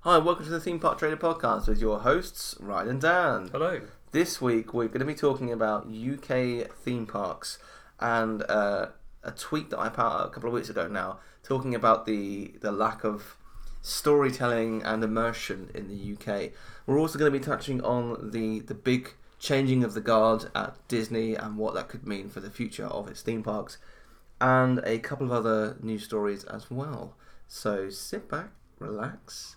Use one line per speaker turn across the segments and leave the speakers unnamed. Hi, welcome to the Theme Park Trader Podcast with your hosts, Ryan and Dan.
Hello.
This week we're going to be talking about UK theme parks and uh, a tweet that I put out a couple of weeks ago now talking about the, the lack of storytelling and immersion in the UK. We're also going to be touching on the, the big changing of the guard at Disney and what that could mean for the future of its theme parks and a couple of other news stories as well. So sit back, relax,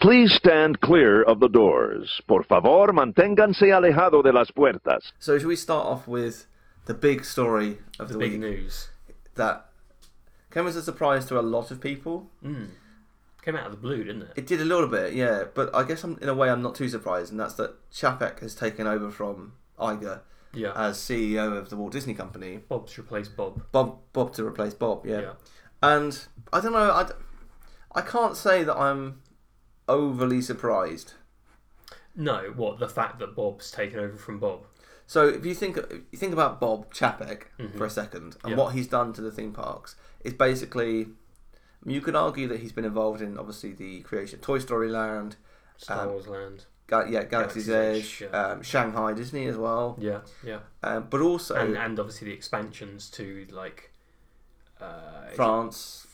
Please stand clear of the doors. Por favor, manténganse alejado de las puertas.
So, should we start off with the big story of the,
The big
week
news
that came as a surprise to a lot of people?
came out of the blue, didn't it?
It did a little bit, yeah, but I guess I'm, in a way I'm not too surprised, and that's that Chapek has taken over from Iger
yeah.
as CEO of the Walt Disney Company.
Uh, Bob's replaced Bob.
Bob, Bob to replace Bob, yeah.
Yeah.
And I don't know, I, d- I can't say that I'm overly surprised.
No, what the fact that Bob's taken over from Bob.
So if you think if you think about Bob Chapek for a second and
Mm-hmm. Yeah.
what he's done to the theme parks, it's basically you could argue that he's been involved in obviously the creation of Toy Story Land,
Star
Um,
Wars Land.
Ga- yeah, Galaxy's,
Galaxy's
Edge,
Edge, yeah.
um, Shanghai Disney as well,
Yeah, yeah.
um, but also
And uh, and obviously the expansions to like uh,
France,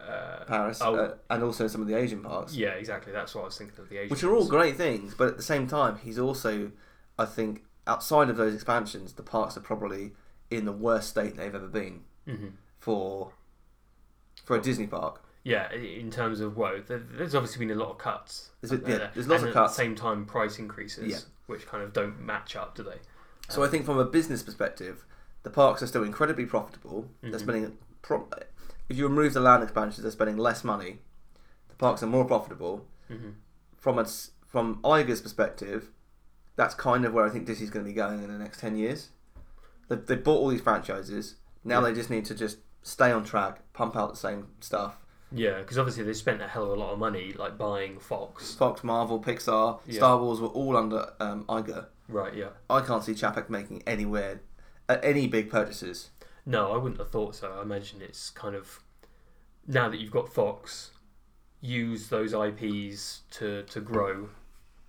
uh
Paris,
oh.
uh, and also some of the Asian parks,
Yeah, exactly. That's what I was thinking of the Asian.
which are all great things. But at the same time, he's also, I think, outside of those expansions, the parks are probably in the worst state they've ever been for for a Disney park.
Yeah, i- in terms of whoa, there- there's obviously been a lot of cuts.
There's a-
haven't there?
yeah, there's lots
and
of
At
cuts.
the same time, price increases,
Yeah.
which kind of don't match up, do they?
So I think from a business perspective, the parks are still incredibly profitable. They're spending, pro- if you remove the land expansions, they're spending less money. The parks are more profitable. From a s from Iger's perspective, that's kind of where I think Disney's going to be going in the next ten years. They they bought all these franchises. Now they just need to just stay on track, pump out the same stuff.
Yeah, because obviously they spent a hell of a lot of money like buying Fox.
Fox, Marvel, Pixar, Star Wars were all under um, Iger.
Right. Yeah.
I can't see Chapek making anywhere uh, any big purchases.
No, I wouldn't have thought so. I imagine it's kind of now that you've got Fox, use those IPs to to grow,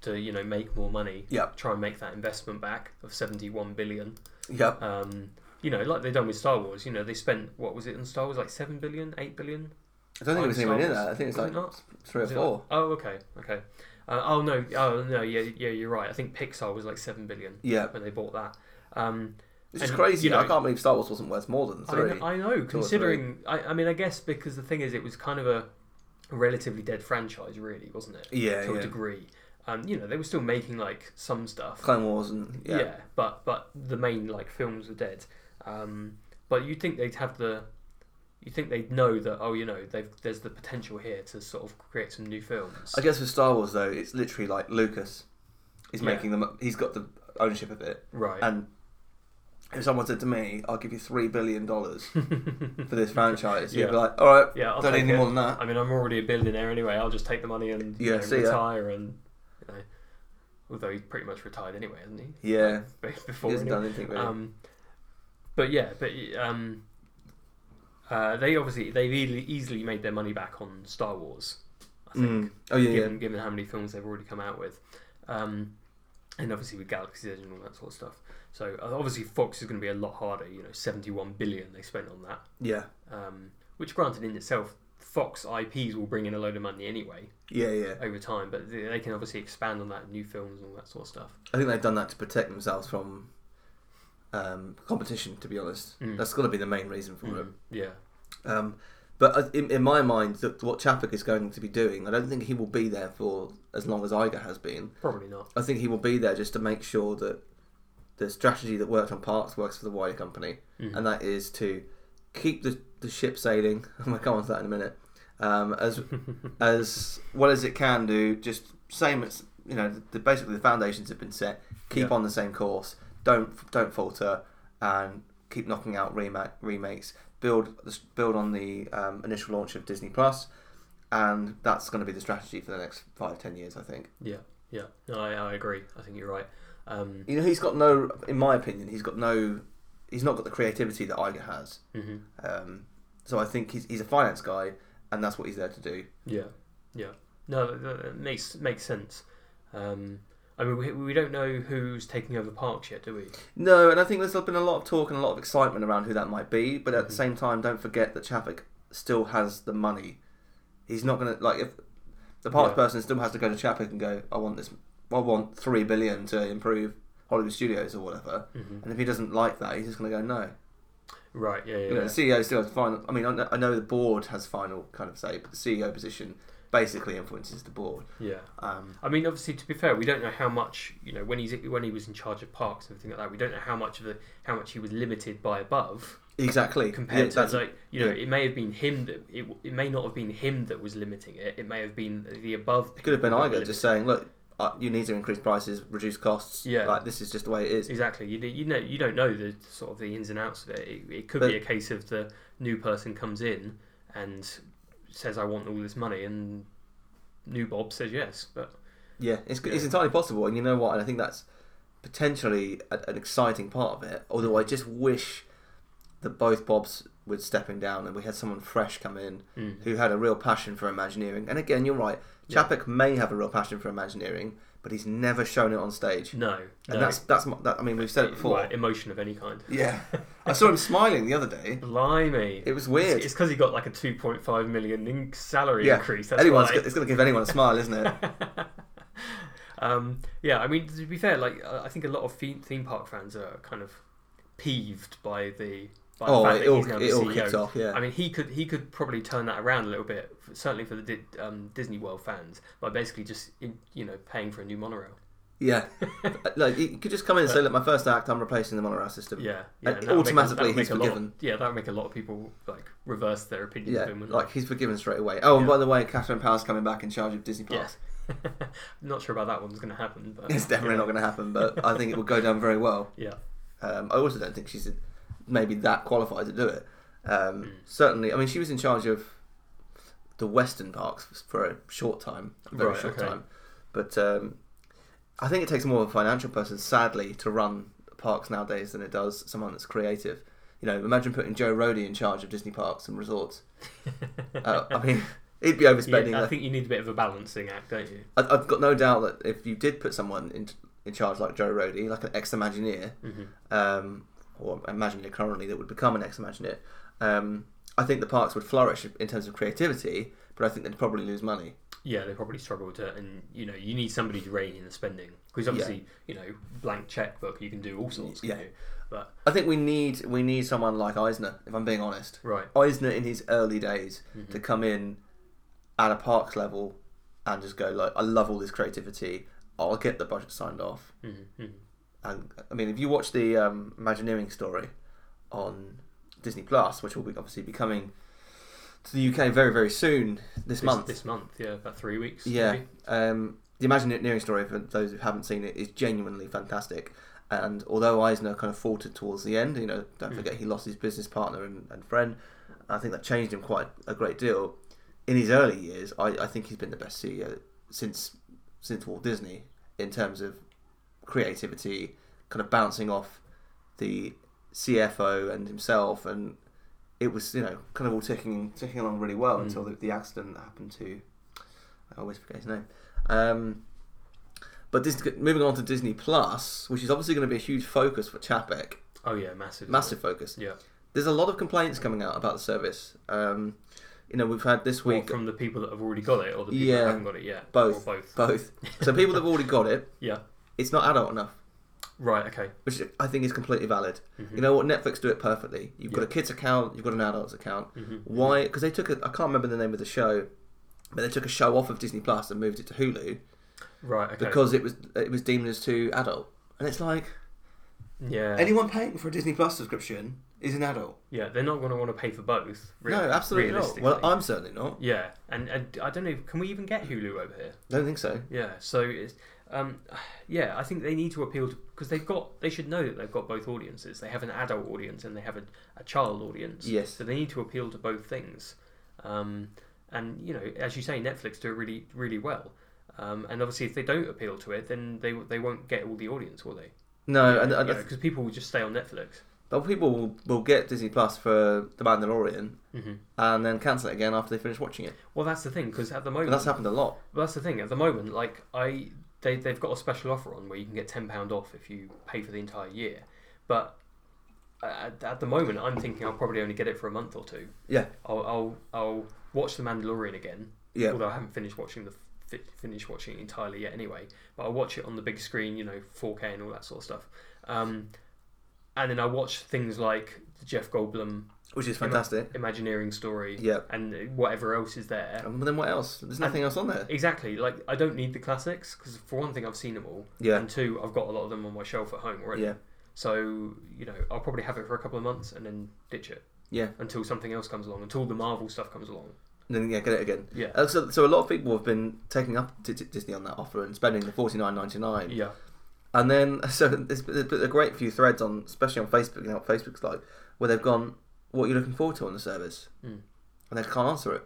to you know make more money.
Yep.
Try and make that investment back of seventy one billion.
Yep.
Um, you know, like they done with Star Wars. You know, they spent what was it in Star Wars like seven billion, eight billion.
I don't think it was
Like
anywhere near
Star
that. I
Wars.
think it's
Was
like
it not?
three or
Was it
four.
like- oh, okay, okay. Uh, oh no, oh no, yeah, yeah, you're right. I think Pixar was like seven billion.
Yeah.
When they bought that. Um,
This is
and,
crazy.
you know-
I can't believe Star Wars wasn't worth more than
I
three.
know, I know considering. I, I mean, I guess because the thing is, it was kind of a relatively dead franchise, really, wasn't it?
Yeah,
to
yeah.
a degree. Um, you know, they were still making like some stuff.
Clone Wars and yeah.
yeah. but but the main like films were dead. Um, but you'd think they'd have the. You think they'd know that? Oh, you know, they've, there's the potential here to sort of create some new films.
I guess with Star Wars though, it's literally like Lucas is
Yeah.
making them. He's got the ownership of it.
Right.
And if someone said to me, "I'll give you three billion dollars for this franchise," you'd be
Yeah.
like, "All right,
yeah, I'll
don't need
take
any
it.
more than that."
I mean, I'm already a billionaire anyway. I'll just take the money and you
Yeah,
know,
see ya.
retire and. You know, although he's pretty much retired anyway, isn't he?
Yeah,
before
he hasn't
anyway.
done anything really.
Um, but yeah, but um, uh, they obviously they've easily, easily made their money back on Star Wars. I think,
Mm. Oh yeah, yeah.
given given how many films they've already come out with, um, and obviously with Galaxy's Edge and all that sort of stuff. So uh, obviously Fox is going to be a lot harder. You know, seventy-one billion they spent on that,
yeah.
um, which granted in itself Fox IPs will bring in a load of money anyway
Yeah, yeah.
over time, but they they can obviously expand on that new films and all that sort of stuff.
I think they've done that to protect themselves from um, competition. To be honest, that's got to be the main reason
Mm.
for it.
Yeah.
Um, but I- in, in my mind, that what Chappick is going to be doing, I don't think he will be there for as long as Iger has been.
Probably not.
I think he will be there just to make sure that the strategy that worked on Parks works for the wider company, and that is to keep the, the ship sailing. I'm gonna come on to that in a minute. Um, as as well as it can do, just same as you know, the, basically the foundations have been set. Keep
Yeah.
on the same course. Don't don't falter, and keep knocking out remake, remakes. Build build on the um, initial launch of Disney Plus, and that's going to be the strategy for the next five ten years, I think.
Yeah. Yeah. No, I, I agree. I think you're right. Um,
You know, he's got no. In my opinion, he's got no. He's not got the creativity that Iger has.
mhm.
Um, so I think he's, he's a finance guy, and that's what he's there to do.
Yeah, yeah. No, that, that that makes makes sense. Um, I mean, we, we don't know who's taking over Parks yet, do we?
No, and I think there's been a lot of talk and a lot of excitement around who that might be. But at the same time, don't forget that Chappick still has the money. He's not gonna like if the parts
Yeah.
person still has to go to Chappick and go, I want this. I want three billion to improve Hollywood Studios or whatever.
Mm-hmm.
And if he doesn't like that, he's just gonna go no.
Right. Yeah. Yeah.
You know,
yeah.
the CEO still has final. I mean, I know, I know the board has final kind of say, but the CEO position basically influences the board.
Yeah.
Um,
I mean, obviously, to be fair, we don't know how much you know when he's when he was in charge of Parks and everything like that. We don't know how much of the how much he was limited by above
exactly. Yeah,
compared
that's-
to like you know it may have been him that it, it may not have been him that was limiting it. It may have been the above.
it could have been
people
Iger
that were limiting
just saying, look, uh, you need to increase prices, reduce costs.
Yeah.
Like this is just the way it is.
Exactly. You, you know you don't know the sort of the ins and outs of it. It, it could be a
But-
case of the new person comes in and says, "I want all this money," and new Bob says yes. But
Yeah, it's, it's entirely possible, and you know what? And I think that's potentially a, an exciting part of it. Although I just wish that both Bobs were stepping down and we had someone fresh come in
Hmm.
who had a real passion for Imagineering. And again, you're right. Chapek may have a real passion for Imagineering, but he's never shown it on stage.
no, no.
And that's that's my, that, I mean we've said it before.
Well, emotion of any kind.
Yeah, I saw him smiling the other day.
Blimey,
It was weird.
It's because he got like a two point five million in salary
Yeah,
increase. That's
anyone's
why.
go- it's going to give anyone a smile, isn't it?
Um, yeah, I mean to be fair, like I I think a lot of theme, theme park fans are kind of peeved by the. By
Oh,
the fact
it
that
all-
he's now the E
it all
CEO.
kicked off, yeah.
I mean, he could he could probably turn that around a little bit, f- certainly for the Di- um, Disney World fans, by basically just in, you know paying for a new monorail.
Yeah, Uh, like you could just come in and say, "Look, my first act, I'm replacing the monorail system."
Yeah,
And
yeah. and that'll make a-
automatically
that'll
he's
make a lot of-
forgiven.
yeah, that would make a lot of people like reverse their opinion
Yeah,
of him. wouldn't
like
it?
he's forgiven straight away. Oh, and by the way, Catherine Power's coming back in charge of Disney
yeah.
Plus.
not sure about that one's going to happen, but
It's definitely not going to happen, but I think it will go down very well.
yeah,
Um, I also don't think she's maybe that qualified to do it.
Hmm.
Um, Certainly, I mean, she was in charge of the Western parks for a short time, a very
Right,
short
okay.
time. But um, I think it takes more of a financial person, sadly, to run parks nowadays than it does someone that's creative. You know, imagine putting Joe Rody in charge of Disney parks and resorts. uh, I mean, he'd be
yeah.
overspending.
I
left
think you need a bit of a balancing act, don't you?
I- I've got no doubt that if you did put someone in, in charge like Joe Rody, like an ex-Imagineer, um, or Imagineer currently that would become an ex-Imagineer, um, I think the parks would flourish in terms of creativity, but I think they'd probably lose money.
Yeah, they probably struggle with it, and you know, you need somebody to rein in the spending because obviously, you know, blank checkbook, you can do all sorts.
Yeah.
Yeah, but
I think we need we need someone like Eisner, if I'm being honest.
Right.
Eisner in his early days to come in at a parks level and just go like, I love all this creativity. I'll get the budget signed off.
mm-hmm,
And I mean, if you watch the um, Imagineering story on Disney Plus, which will be obviously be coming to the UK very very soon this,
this
month.
this month, yeah, about three weeks.
Yeah.
maybe.
Um, the Imagineering story, for those who haven't seen it, is genuinely fantastic. And although Eisner kind of faltered towards the end, you know, don't forget he lost his business partner and, and friend. I think that changed him quite a great deal. In his early years, I, I think he's been the best CEO since since Walt Disney in terms of creativity, kind of bouncing off the CFO and himself, and it was you know kind of all ticking ticking along really well until the, the accident that happened to I always forget his name. Um, but this, moving on to Disney Plus, which is obviously going to be a huge focus for Chapek,
Oh yeah, massive.
massive focus.
Yeah.
There's a lot of complaints coming out about the service. Um, you know, we've had this
Or
week
from the people that have already got it, or the people
Yeah.
that haven't got it yet.
both,
Or both.
both. so people that've already got it,
Yeah.
it's not adult enough,
Right. Okay.
which I think is completely valid.
Mm-hmm.
You know what? Netflix do it perfectly. You've got a kids account, you've got an adults account.
Mm-hmm.
Why? Because they took a, I can't remember the name of the show, but they took a show off of Disney Plus and moved it to Hulu
Right. Okay.
because it was it was deemed as too adult, and it's like
yeah.
anyone paying for a Disney Plus subscription is an adult.
Yeah. They're not going to want to pay for both. Really,
No, absolutely not.
realistically.
Well, I'm certainly not.
Yeah, and, and I don't know. Can we even get Hulu over here?
Don't think so.
Yeah. So it's, um, yeah, I think they need to appeal to because they've got they should know that they've got both audiences. They have an adult audience and they have a, a child audience.
Yes.
So they need to appeal to both things. Um, and you know, as you say, Netflix do it really really well. Um, and obviously, if they don't appeal to it, then they they won't get all the audience, will they?
No, and, and I
Because people will just stay on Netflix.
But people will, will get Disney Plus for The Mandalorian and then cancel it again after they finish watching it.
Well, that's the thing because at the moment
But that's happened a lot.
Well, that's the thing. At the moment, like I, they they've got a special offer on where you can get ten pound off if you pay for the entire year. But uh, at, at the moment, I'm thinking I'll probably only get it for a month or two.
Yeah,
I'll I'll, I'll watch The Mandalorian again.
Yeah.
Although I haven't finished watching the fi- finished watching it entirely yet, anyway. But I'll watch it on the big screen, you know, 4K and all that sort of stuff. Um, and then I watch things like the Jeff Goldblum
which is fantastic.
Imagineering story.
Yeah.
And whatever else is there.
And then what else? There's nothing else on there.
Exactly. Like I don't need the classics because for one thing I've seen them all,
Yeah.
and two I've got a lot of them on my shelf at home already.
Yeah.
So you know I'll probably have it for a couple of months and then ditch it
Yeah,
until something else comes along, until the Marvel stuff comes along.
and then yeah, get it again.
Yeah.
Uh, so, so a lot of people have been taking up D- D- Disney on that offer and spending the forty nine ninety nine.
Yeah.
And then so there's been there's been a great few threads on, especially on Facebook. You know what Facebook's like, where they've gone, "What are you looking forward to on the service?"
Mm.
And they can't answer it.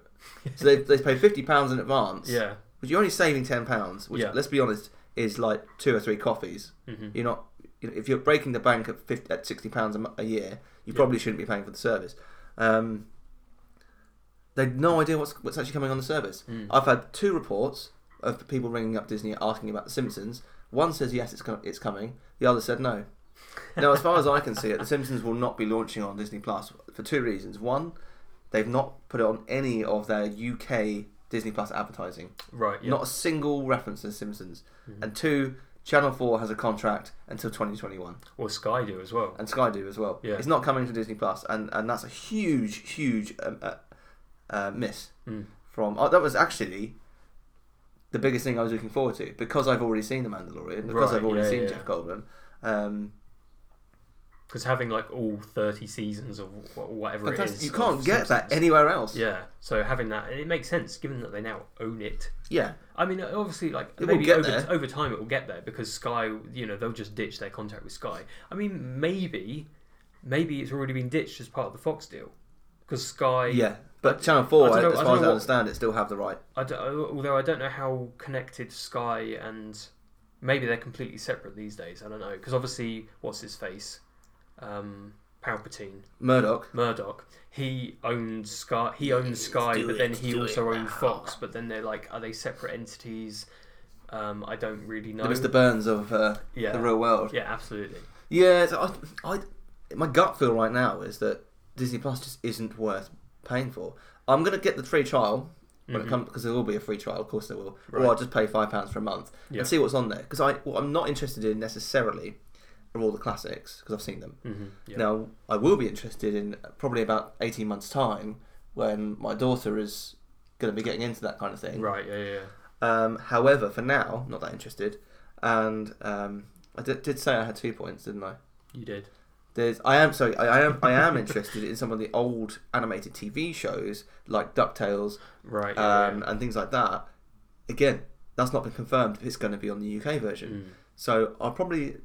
so they they paid fifty pounds in advance.
Yeah.
But you're only saving ten pounds, which
Yeah.
let's be honest is like two or three coffees.
Mm-hmm.
You're not you know, if you're breaking the bank at 50, at sixty pounds a mo- a year, you probably shouldn't be paying for the service. Um, they've no idea what's what's actually coming on the service. I've had two reports of people ringing up Disney asking about The Simpsons. One says yes, it's com- it's coming. The other said no. Now, as far as I can see it, The Simpsons will not be launching on Disney Plus for two reasons. One, they've not put it on any of their UK Disney Plus advertising.
Right. Yeah. Mm-hmm.
Not a single reference to The Simpsons. And two, Channel 4 has a contract until 2021.
or Sky do as well.
And Sky do as well.
Yeah.
It's not coming to Disney Plus, and, and that's a huge, huge um, uh, uh, miss.
Mm.
From oh, That was actually the biggest thing I was looking forward to because I've already seen The Mandalorian, because
Right,
I've already
yeah,
seen
yeah.
Jeff Goldblum. Um,
Because having like all thirty seasons of wh- whatever it
fantastic.
is,
You can't
of
get that
Simpsons.
anywhere else.
Yeah. So having that, and it makes sense given that they now own it.
Yeah.
I mean, obviously, like
will
maybe
get
over,
there.
over time it will get there because Sky, you know, they'll just ditch their contract with Sky. I mean, maybe, maybe it's already been ditched as part of the Fox deal because Sky.
Yeah. But
I-
Channel 4,
I don't know-
as far
I don't
as I
know what-
understand it, still have the right.
I don't- although I don't know how connected Sky and maybe they're completely separate these days. I don't know because obviously, what's his face, um, Palpatine,
Murdoch.
Murdoch. He owned Sky. He owned Sky, but then he also owned
Ah.
Fox. But then they're like, are they separate entities? Um, I don't really know.
The Mr. Burns of uh,
Yeah.
the real world.
Yeah, absolutely.
Yeah, so I, I, my gut feel right now is that Disney Plus just isn't worth paying for. I'm gonna get the free trial when
Mm-hmm.
it comes because there will be a free trial, of course there will. Or I'll just pay five pounds for a month
Yeah.
and see what's on there because I what I'm not interested in necessarily are all the classics because I've seen them.
yeah.
Now I will be interested in probably about eighteen months time when my daughter is going to be getting into that kind of thing.
Right. Yeah. Yeah. yeah.
Um, however, for now, not that interested. And um, I did, did say I had two points, didn't I?
You did.
There's, I am sorry, I, I am, I am interested in some of the old animated TV shows like Ducktales
Right. Yeah,
um,
yeah.
and things like that. Again, that's not been confirmed. It's going to be on the UK
Mm.
version, so I'll probably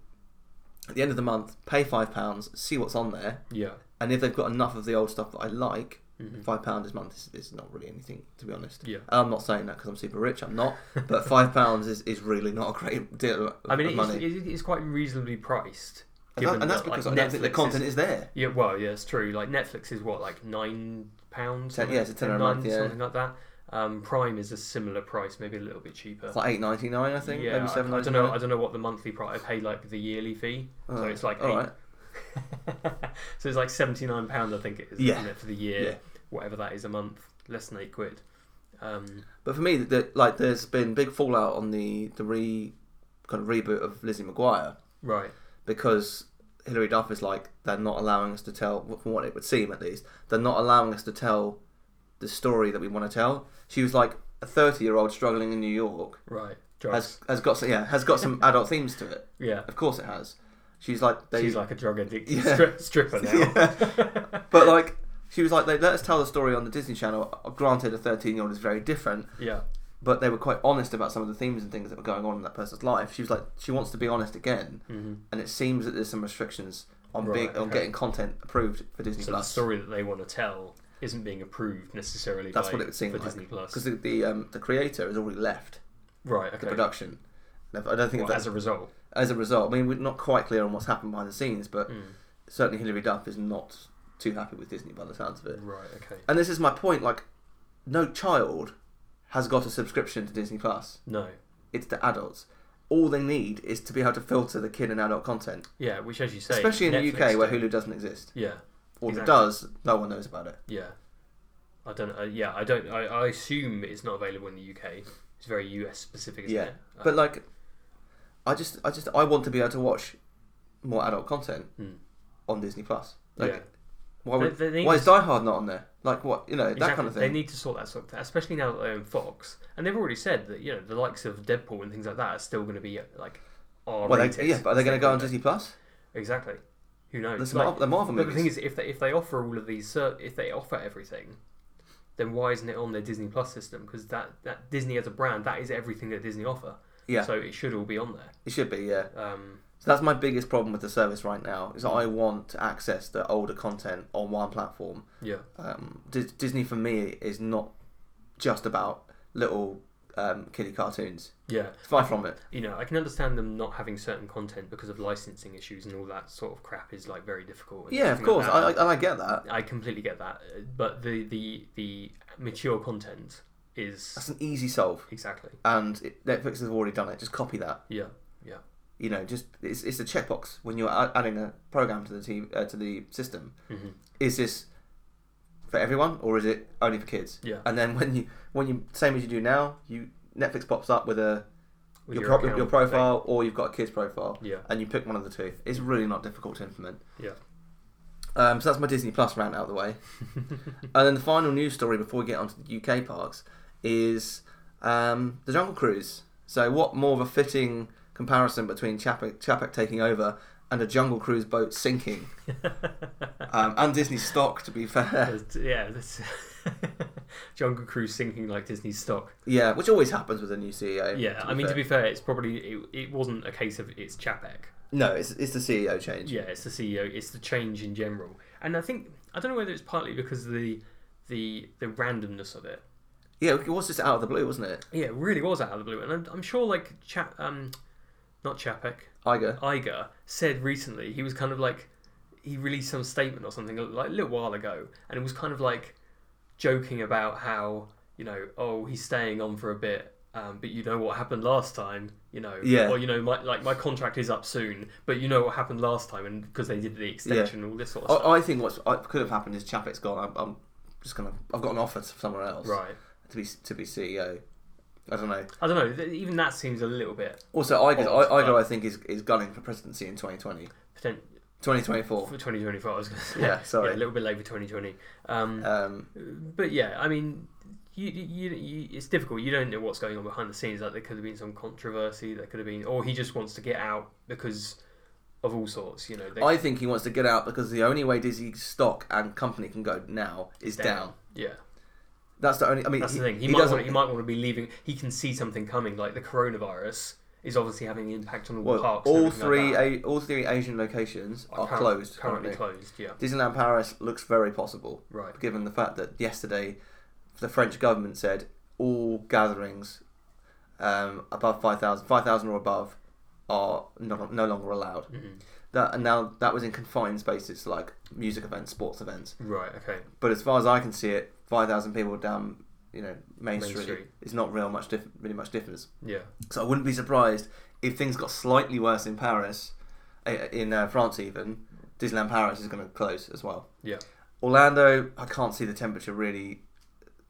at the end of the month pay five pounds, see what's on there,
Yeah.
and if they've got enough of the old stuff that I like, five pounds a month is, is not really anything to be honest.
Mm-hmm. Yeah.
And I'm not saying that because I'm super rich. I'm not, but five pounds is, is really not a great deal of
I mean, it is,
money.
it is- it's quite reasonably priced.
and, that-
given
and that's
that, like,
because I don't think the
Netflix
content
is.
is there.
Yeah. Well, yeah, it's true. Like Netflix is what, like nine pounds.
Ten- yeah, it's a tenner a month, yeah.
something like that. Um, Prime is a similar price, maybe a little bit cheaper.
It's like eight ninety nine, I think.
yeah,
maybe
I-
seven
I,
ninety
don't know.
nine.
I don't know what the monthly price. I pay like the yearly fee, so it's like
all
eight.
right.
so it's like seventy nine pounds, I think it is,
Yeah.
isn't it, for the year,
Yeah.
whatever that is a month. less than eight quid. Um,
But for me, the, like there's been big fallout on the the re kind of reboot of Lizzie McGuire
right.
because Hilary Duff is like they're not allowing us to tell, from what it would seem at least, they're not allowing us to tell the story that we want to tell. She was like a thirty year old struggling in New York
Right. Drugs.
has has got some, yeah has got some adult themes to it.
yeah.
Of course it has. She's like they,
She's like a drug addicted
Yeah.
stri- stripper now.
but like she was like they let us tell the story on the Disney Channel. Granted, a thirteen year old is very different,
yeah.
but they were quite honest about some of the themes and things that were going on in that person's life. She was like, she wants to be honest again,
Mm-hmm.
and it seems that there's some restrictions on
Right,
being on
okay.
getting content approved for Disney
So the
Plus.
story that they want to tell isn't being approved necessarily.
That's
by,
what it would seem
for
like.
Disney Plus.
because the the, um, the creator has already left
right. Okay.
the production. I don't think
Well,
that,
as a Mm. result.
as a result, I mean, we're not quite clear on what's happened behind the scenes, but certainly Hilary Duff is not too happy with Disney by the sounds of it.
Right. Okay.
And this is my point: like, no child has got a subscription to Disney Plus.
No.
It's the adults. All they need is to be able to filter the kid and adult content,
Yeah. Which, as you say,
especially in
Netflix
the UK where
don't-
Hulu doesn't exist,
Yeah.
or if it
Exactly.
does, no one knows about it.
Yeah. I don't. Uh, yeah. I don't. I, I assume it's not available in the UK. It's very US specific, isn't
yeah,
it? Uh,
but like, I just, I just, I want to be able to watch more adult content on Disney Plus. Like,
hmm. yeah.
why, would,
They- they need
why
to-
is Die Hard not on there? Like, what you know, that kind of
They
thing.
need to sort that sort of thing, especially now that they own Fox, and they've already said that you know the likes of Deadpool and things like that are still going to be uh, like R
well,
rated.
they, yeah, but are they going to go on Disney Plus?
Exactly. Who knows?
There's Mar- the Marvel
but the thing
movies.
is, if they if they offer all of these, ser- if they offer everything, then why isn't it on their Disney Plus system? Because that that Disney as a brand, that is everything that Disney offer.
Yeah.
So it should all be on there.
It should be, yeah.
Um,
So that's my biggest problem with the service right now is I want to access the older content on one platform.
yeah.
um, Dis Disney for me is not just about little um, kiddie cartoons.
Yeah.
Far from it.
You know, I can understand them not having certain content because of licensing issues and all that sort of crap is like very difficult. and
Yeah, of
everything
course,
Like that.
I, I, and I get that.
I completely get that, uh, but the the the mature content
That's
is
an easy solve,
exactly
and it, Netflix has already done it. Just copy that.
yeah yeah
You know, just it's, it's a checkbox when you're a- adding a program to the TV, uh, to the system.
Mm-hmm.
Is this for everyone or is it only for kids?
Yeah.
And then when you when you same as you do now, you Netflix pops up with a
With
your,
your
pro- your
account
profile or you've got a kids profile.
Yeah.
And you pick one of the two. It's really not difficult to implement.
yeah
Um, so that's my Disney Plus rant out of the way. and then the final news story before we get onto the UK parks is um, the Jungle Cruise. So what more of a fitting comparison between Chapek, Chapek taking over and a Jungle Cruise boat sinking, um, and Disney stock to be fair.
That's- yeah that's Jungle Cruise sinking like Disney stock
Yeah, which always happens with a new E CEO.
yeah I mean
fair.
to be fair it's probably it, it wasn't a case of it's Chapek
no, it's it's the CEO change.
yeah it's the CEO it's the change in general and I think I don't know whether it's partly because of the the the randomness of it
Yeah, it was just out of the blue, wasn't it?
yeah it really was out of the blue and I'm, I'm sure like Chap um not Chapek
Iger.
Iger said recently he was kind of like he released some statement or something like a little while ago, and it was kind of like joking about how you know oh he's staying on for a bit, um, but you know what happened last time, you know,
Yeah.
or you know my like my contract is up soon, but you know what happened last time, and because they did the extension and all this sort of stuff,
I, I think what could have happened is Chapek's gone. I'm, I'm just gonna. I've got an offer from somewhere else.
right?
to be to be CEO. I don't know.
I don't know. Even that seems a little bit
Also, Iger,
Odd,
I, Iger
but-
I think, is, is gunning for presidency in 2020.
potent-
2024.
for 2024. I was going to say,
Yeah, sorry.
a little bit late for 2020. Um,
Um,
But yeah, I mean, you, you, you, it's difficult. You don't know what's going on behind the scenes. Like there could have been some controversy. There could have been, or he just wants to get out because of all sorts. You know, they,
I think he wants to get out because the only way Disney stock and company can go now is down.
Yeah,
That's the only. I mean,
that's the thing. He,
he
might
doesn't.
want, he might want to be leaving. He can see something coming. Like the coronavirus is obviously having an impact on all
well,
the parks. and
all
everything
three a,
like
all three Asian locations
that.
are
Current-
closed.
Currently
Currently,
closed. Yeah.
Disneyland Paris looks very possible,
Right.
Given the fact that yesterday, the French government said all gatherings um, above 5,000 5,000 or above are no, no longer allowed. That and now that was in confined spaces like music events, sports events.
Right. Okay.
But as far as I can see it, five thousand people down, you know, Main,
Main
Street,
Street.
is not real much diff- really much difference.
Yeah.
So I wouldn't be surprised if things got slightly worse in Paris, eh, in uh, France even. Disneyland Paris is going to close as well.
Yeah.
Orlando, I can't see the temperature really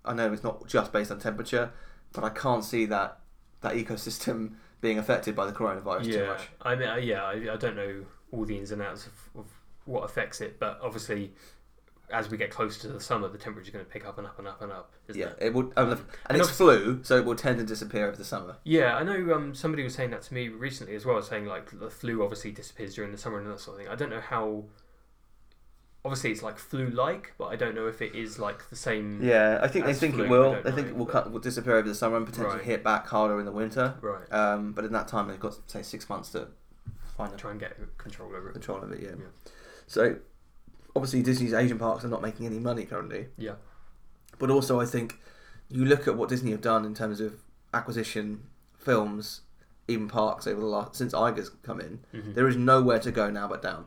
I know it's not just based on temperature, but I can't see that that ecosystem being affected by the coronavirus too
Yeah,
much.
I mean, I- yeah, I, I don't know all the ins and outs of, of what affects it, but obviously, as we get closer to the summer, the temperature's going to pick up and up and up and up. Isn't
Yeah,
It?
it would, and, and it's flu, so it will tend to disappear over the summer.
Yeah, I know. Um, somebody was saying that to me recently as well, saying like the flu obviously disappears during the summer and that sort of thing. I don't know how. Obviously, it's like flu-like, but I don't know if it is like the same.
Yeah, I think they
As
think
Mm. flu,
it
I
will.
don't
They think
know,
it will,
but-
cut, will disappear over the summer and potentially
Right.
hit back harder in the winter.
Right.
Um, but in that time, they've got say six months to find a
Try and get control over it.
control of it. Yeah.
Yeah.
So obviously, Disney's Asian parks are not making any money currently.
Yeah.
But also, I think you look at what Disney have done in terms of acquisition, films, even parks over the last since Iger's come in. there is nowhere to go now but down.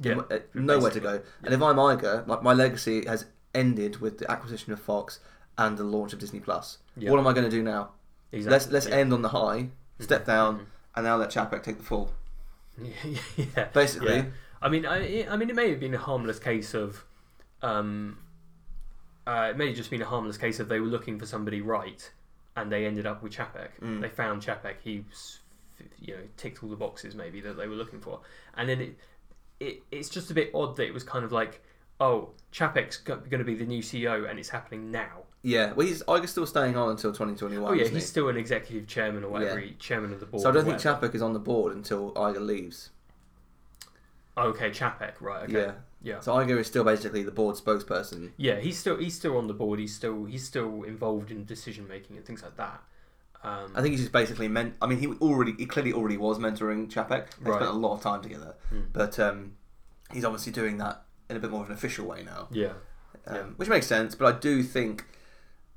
Mm-hmm. Mm. Yeah.
Uh, nowhere to go. And if I'm Iger, like my legacy has ended with the acquisition of Fox and the launch of Disney Plus.
Yeah.
What am I going to do now?
Exactly. Mm.
Let's let's end on the high, step down, and now let Chapek take the fall.
yeah.
Basically.
Yeah. I mean, I, I mean, it may have been a harmless case of, um, uh, it may have just been a harmless case of they were looking for somebody right, and they ended up with Chapek.
Mm.
They found Chapek. He, was, you know, ticked all the boxes maybe that they were looking for, and then it, it it's just a bit odd that it was kind of like, oh, Chapek's going to be the new CEO, and it's happening now.
Yeah. Well, he's Iger's still staying on until 2021.
Oh yeah,
isn't
he's
he?
still an executive chairman or whatever,
Yeah.
he- chairman of the board.
So I don't
or
think
whatever.
Chapek is on the board until Iger leaves.
Oh, Okay, Chapek, right? Okay.
Yeah.
Yeah.
So Iger is still basically the board spokesperson.
Yeah, he's still he's still on the board. He's still he's still involved in decision making and things like that. Um,
I think he's just basically meant. I mean, he already, he clearly already was mentoring Chapek. They
Right. Hmm.
spent a lot of time together, but um, he's obviously doing that in a bit more of an official way now,
yeah,
um, which makes sense. But I do think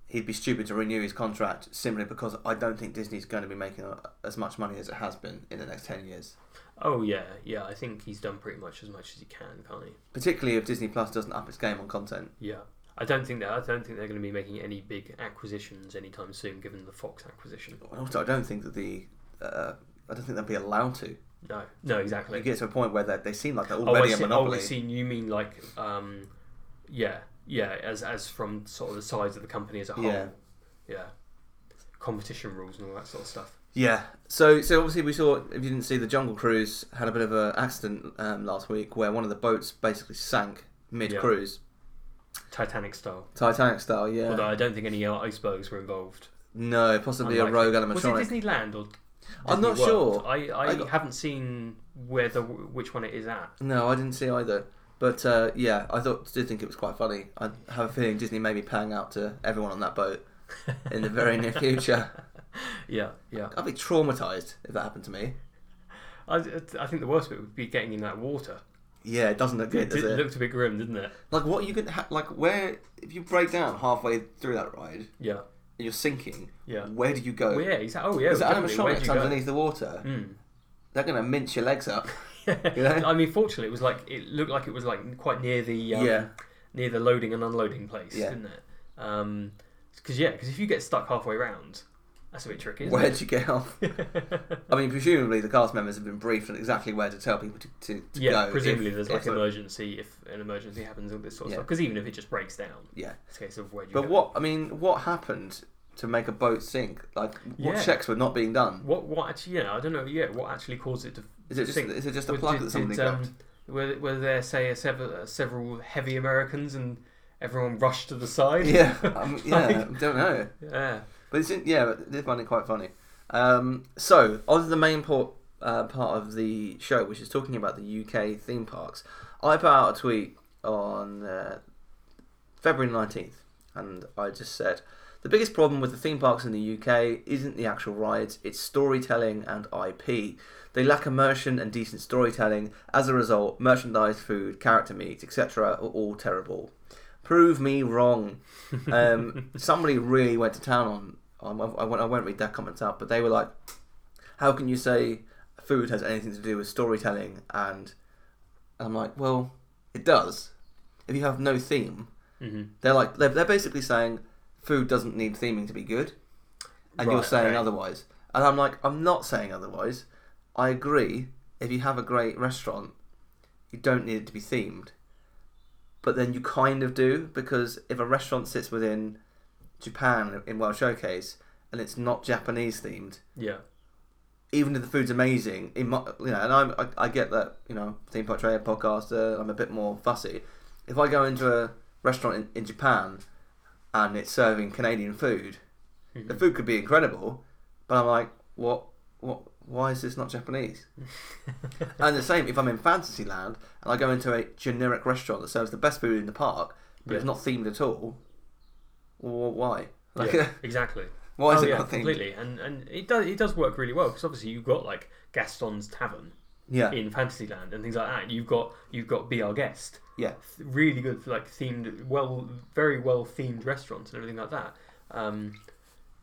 he'd be stupid to renew his contract simply because I don't think Disney's going to be making a- as much money as it has been in the next ten years.
oh yeah, yeah. I think he's done pretty much as much as he can, can't he?
Particularly if Disney Plus doesn't up its game on content.
Yeah, I don't think that I don't think they're going to be making any big acquisitions anytime soon, given the Fox acquisition.
And also, I don't think that the uh, I don't think they'll be allowed to.
No, no,
You
exactly.
get to a point where they, they seem like they're
Oh, I
already a
see. Oh,
monopoly.
I see. You mean like, um, yeah, yeah. As as from sort of the size of the company as a whole.
Yeah.
yeah. Competition rules and all that sort of stuff.
Yeah. So so obviously we saw if you didn't see the Jungle Cruise had a bit of a accident um, last week where one of the boats basically sank mid cruise,
Titanic style.
Titanic style. Yeah.
Although I don't think any icebergs were involved.
no, possibly a
Unlikely.
rogue
Was
animatronic.
it Disneyland or?
I'm not
Disney World?
sure.
I, I,
I got-
haven't seen where the which one it is at.
no, I didn't see either. But uh, yeah, I thought did think it was quite funny. I have a feeling Disney may be paying out to everyone on that boat in the very near future.
Yeah, yeah.
I'd be traumatized if that happened to me.
I, I think the worst bit would be getting in that water.
Yeah, it doesn't look good,
It
does it?
looked a bit grim, didn't it?
Like what you can ha- like where if you break down halfway through that ride, and
Yeah.
you're sinking.
Yeah.
Where do you go?
Oh yeah. Exactly. Oh yeah.
Because the
definitely. Where'd
animatronics
you go? Mm. Hmm.
underneath the water, they're going to mince your legs up. you know?
I mean, fortunately, it was like it looked like it was like quite near the um,
Yeah.
near the loading and unloading place,
Yeah.
didn't it? Because yeah, because if you get stuck halfway round, that's a bit tricky. Isn't
Where'd you get off? I mean, presumably the cast members have been briefed on exactly where to tell people to, to, to
Yeah,
go.
presumably
if-
there's
if
like
a-
emergency if an emergency happens and this sort of
Yeah.
stuff. Because even if it just breaks down,
Yeah.
it's a case of where do you.
But
go?
what, I mean, what happened to make a boat sink? Like, what
Yeah.
checks were not being done?
What? What? Actually, yeah, I don't know. Yeah, what actually caused it to?
Is it just-
sink?
is it just a
Was-
plug
did-
that somebody
did, um,
grabbed?
Were, were there say a several, uh, several heavy Americans and everyone rushed to the side?
Yeah, um, yeah,
Like-
don't know.
yeah.
But it's in, yeah, I did find it quite funny. Um, so on to the main port, uh, part of the show, which is talking about the UK theme parks, I put out a tweet on uh, February nineteenth, and I just said the biggest problem with the theme parks in the UK isn't the actual rides; it's storytelling and IP. They lack immersion and decent storytelling. As a result, merchandise, food, character meets, etc., are all terrible. Prove me wrong. Um, somebody really went to town on. on I, won't, I won't read their comments out, but they were like, "How can you say food has anything to do with storytelling?" And I'm like, "Well, it does. If you have no theme,
Mm-hmm.
they're like they're, they're basically saying food doesn't need theming to be good, and you're
Right,
saying
okay.
otherwise." And I'm like, "I'm not saying otherwise. I agree. If you have a great restaurant, you don't need it to be themed." but then you kind of do because if a restaurant sits within Japan in World Showcase and it's not Japanese themed,
Yeah.
even if the food's amazing, it might, you know, and I'm, I, I get that, you know, theme park trader, podcaster, I'm a bit more fussy. If I go into a restaurant in, in Japan and it's serving Canadian food,
Mm-hmm.
the food could be incredible, but I'm like, what, what, why is this not Japanese? and the same if I'm in Fantasyland and I go into a generic restaurant that serves the best food in the park, but it's
Yeah.
not themed at all, well, why? Like,
yeah, exactly.
why is
oh,
it
yeah,
not themed?
completely. And and it does it does work really well because obviously you've got like Gaston's Tavern
Yeah,
in Fantasyland and things like that. You've got you've got Be Our Guest,
yeah.
really good like themed, well, very well themed restaurants and everything like that. Um,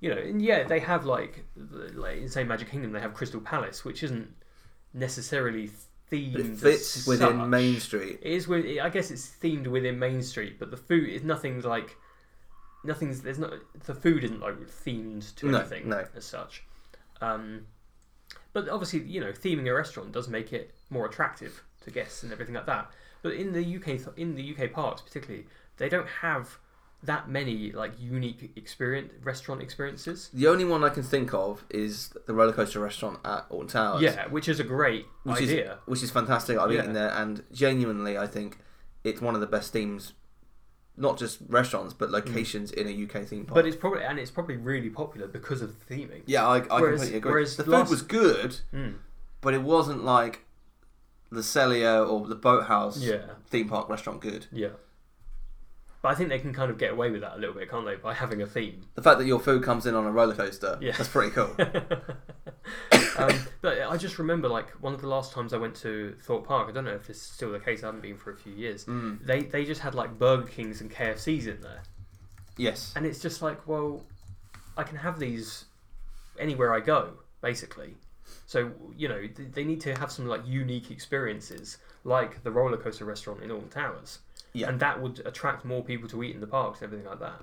you know, and yeah, they have like the- like in say Magic Kingdom they have Crystal Palace, which isn't necessarily themed.
It
as
fits within
such.
Main Street.
It is. With, I guess it's themed within Main Street, but the food is nothing's like nothing's. There's not the food isn't like themed to
No,
anything
no.
as such. Um, but obviously, you know, theming a restaurant does make it more attractive to guests and everything like that. But in the UK, th- in the UK parks particularly, they don't have that many like unique experience restaurant experiences.
The only one I can think of is the roller coaster restaurant at Alton Towers.
Yeah, which is a great
which
idea.
is which is fantastic. I've
Yeah.
eaten there, and genuinely, I think it's one of the best themes, not just restaurants but locations in a UK theme park.
Mm. but it's probably and it's probably really popular because of the theming.
yeah, I, I
Whereas-
completely agree.
whereas
The food
last-
was good,
Mm.
but it wasn't like the Celio or the Boathouse
Yeah.
theme park restaurant good.
Yeah. But I think they can kind of get away with that a little bit, can't they, by having a theme?
The fact that your food comes in on a roller coaster,
Yeah.
that's pretty cool.
Um, but I just remember, like, one of the last times I went to Thorpe Park, I don't know if this is still the case, I haven't been for a few years,
Mm.
they, they just had, like, Burger Kings and KFCs in there.
yes,
And it's just like, well, I can have these anywhere I go, basically. So, you know, th- they need to have some, like, unique experiences, like the roller coaster restaurant in Alton Towers.
Yeah.
And that would attract more people to eat in the parks and everything like that.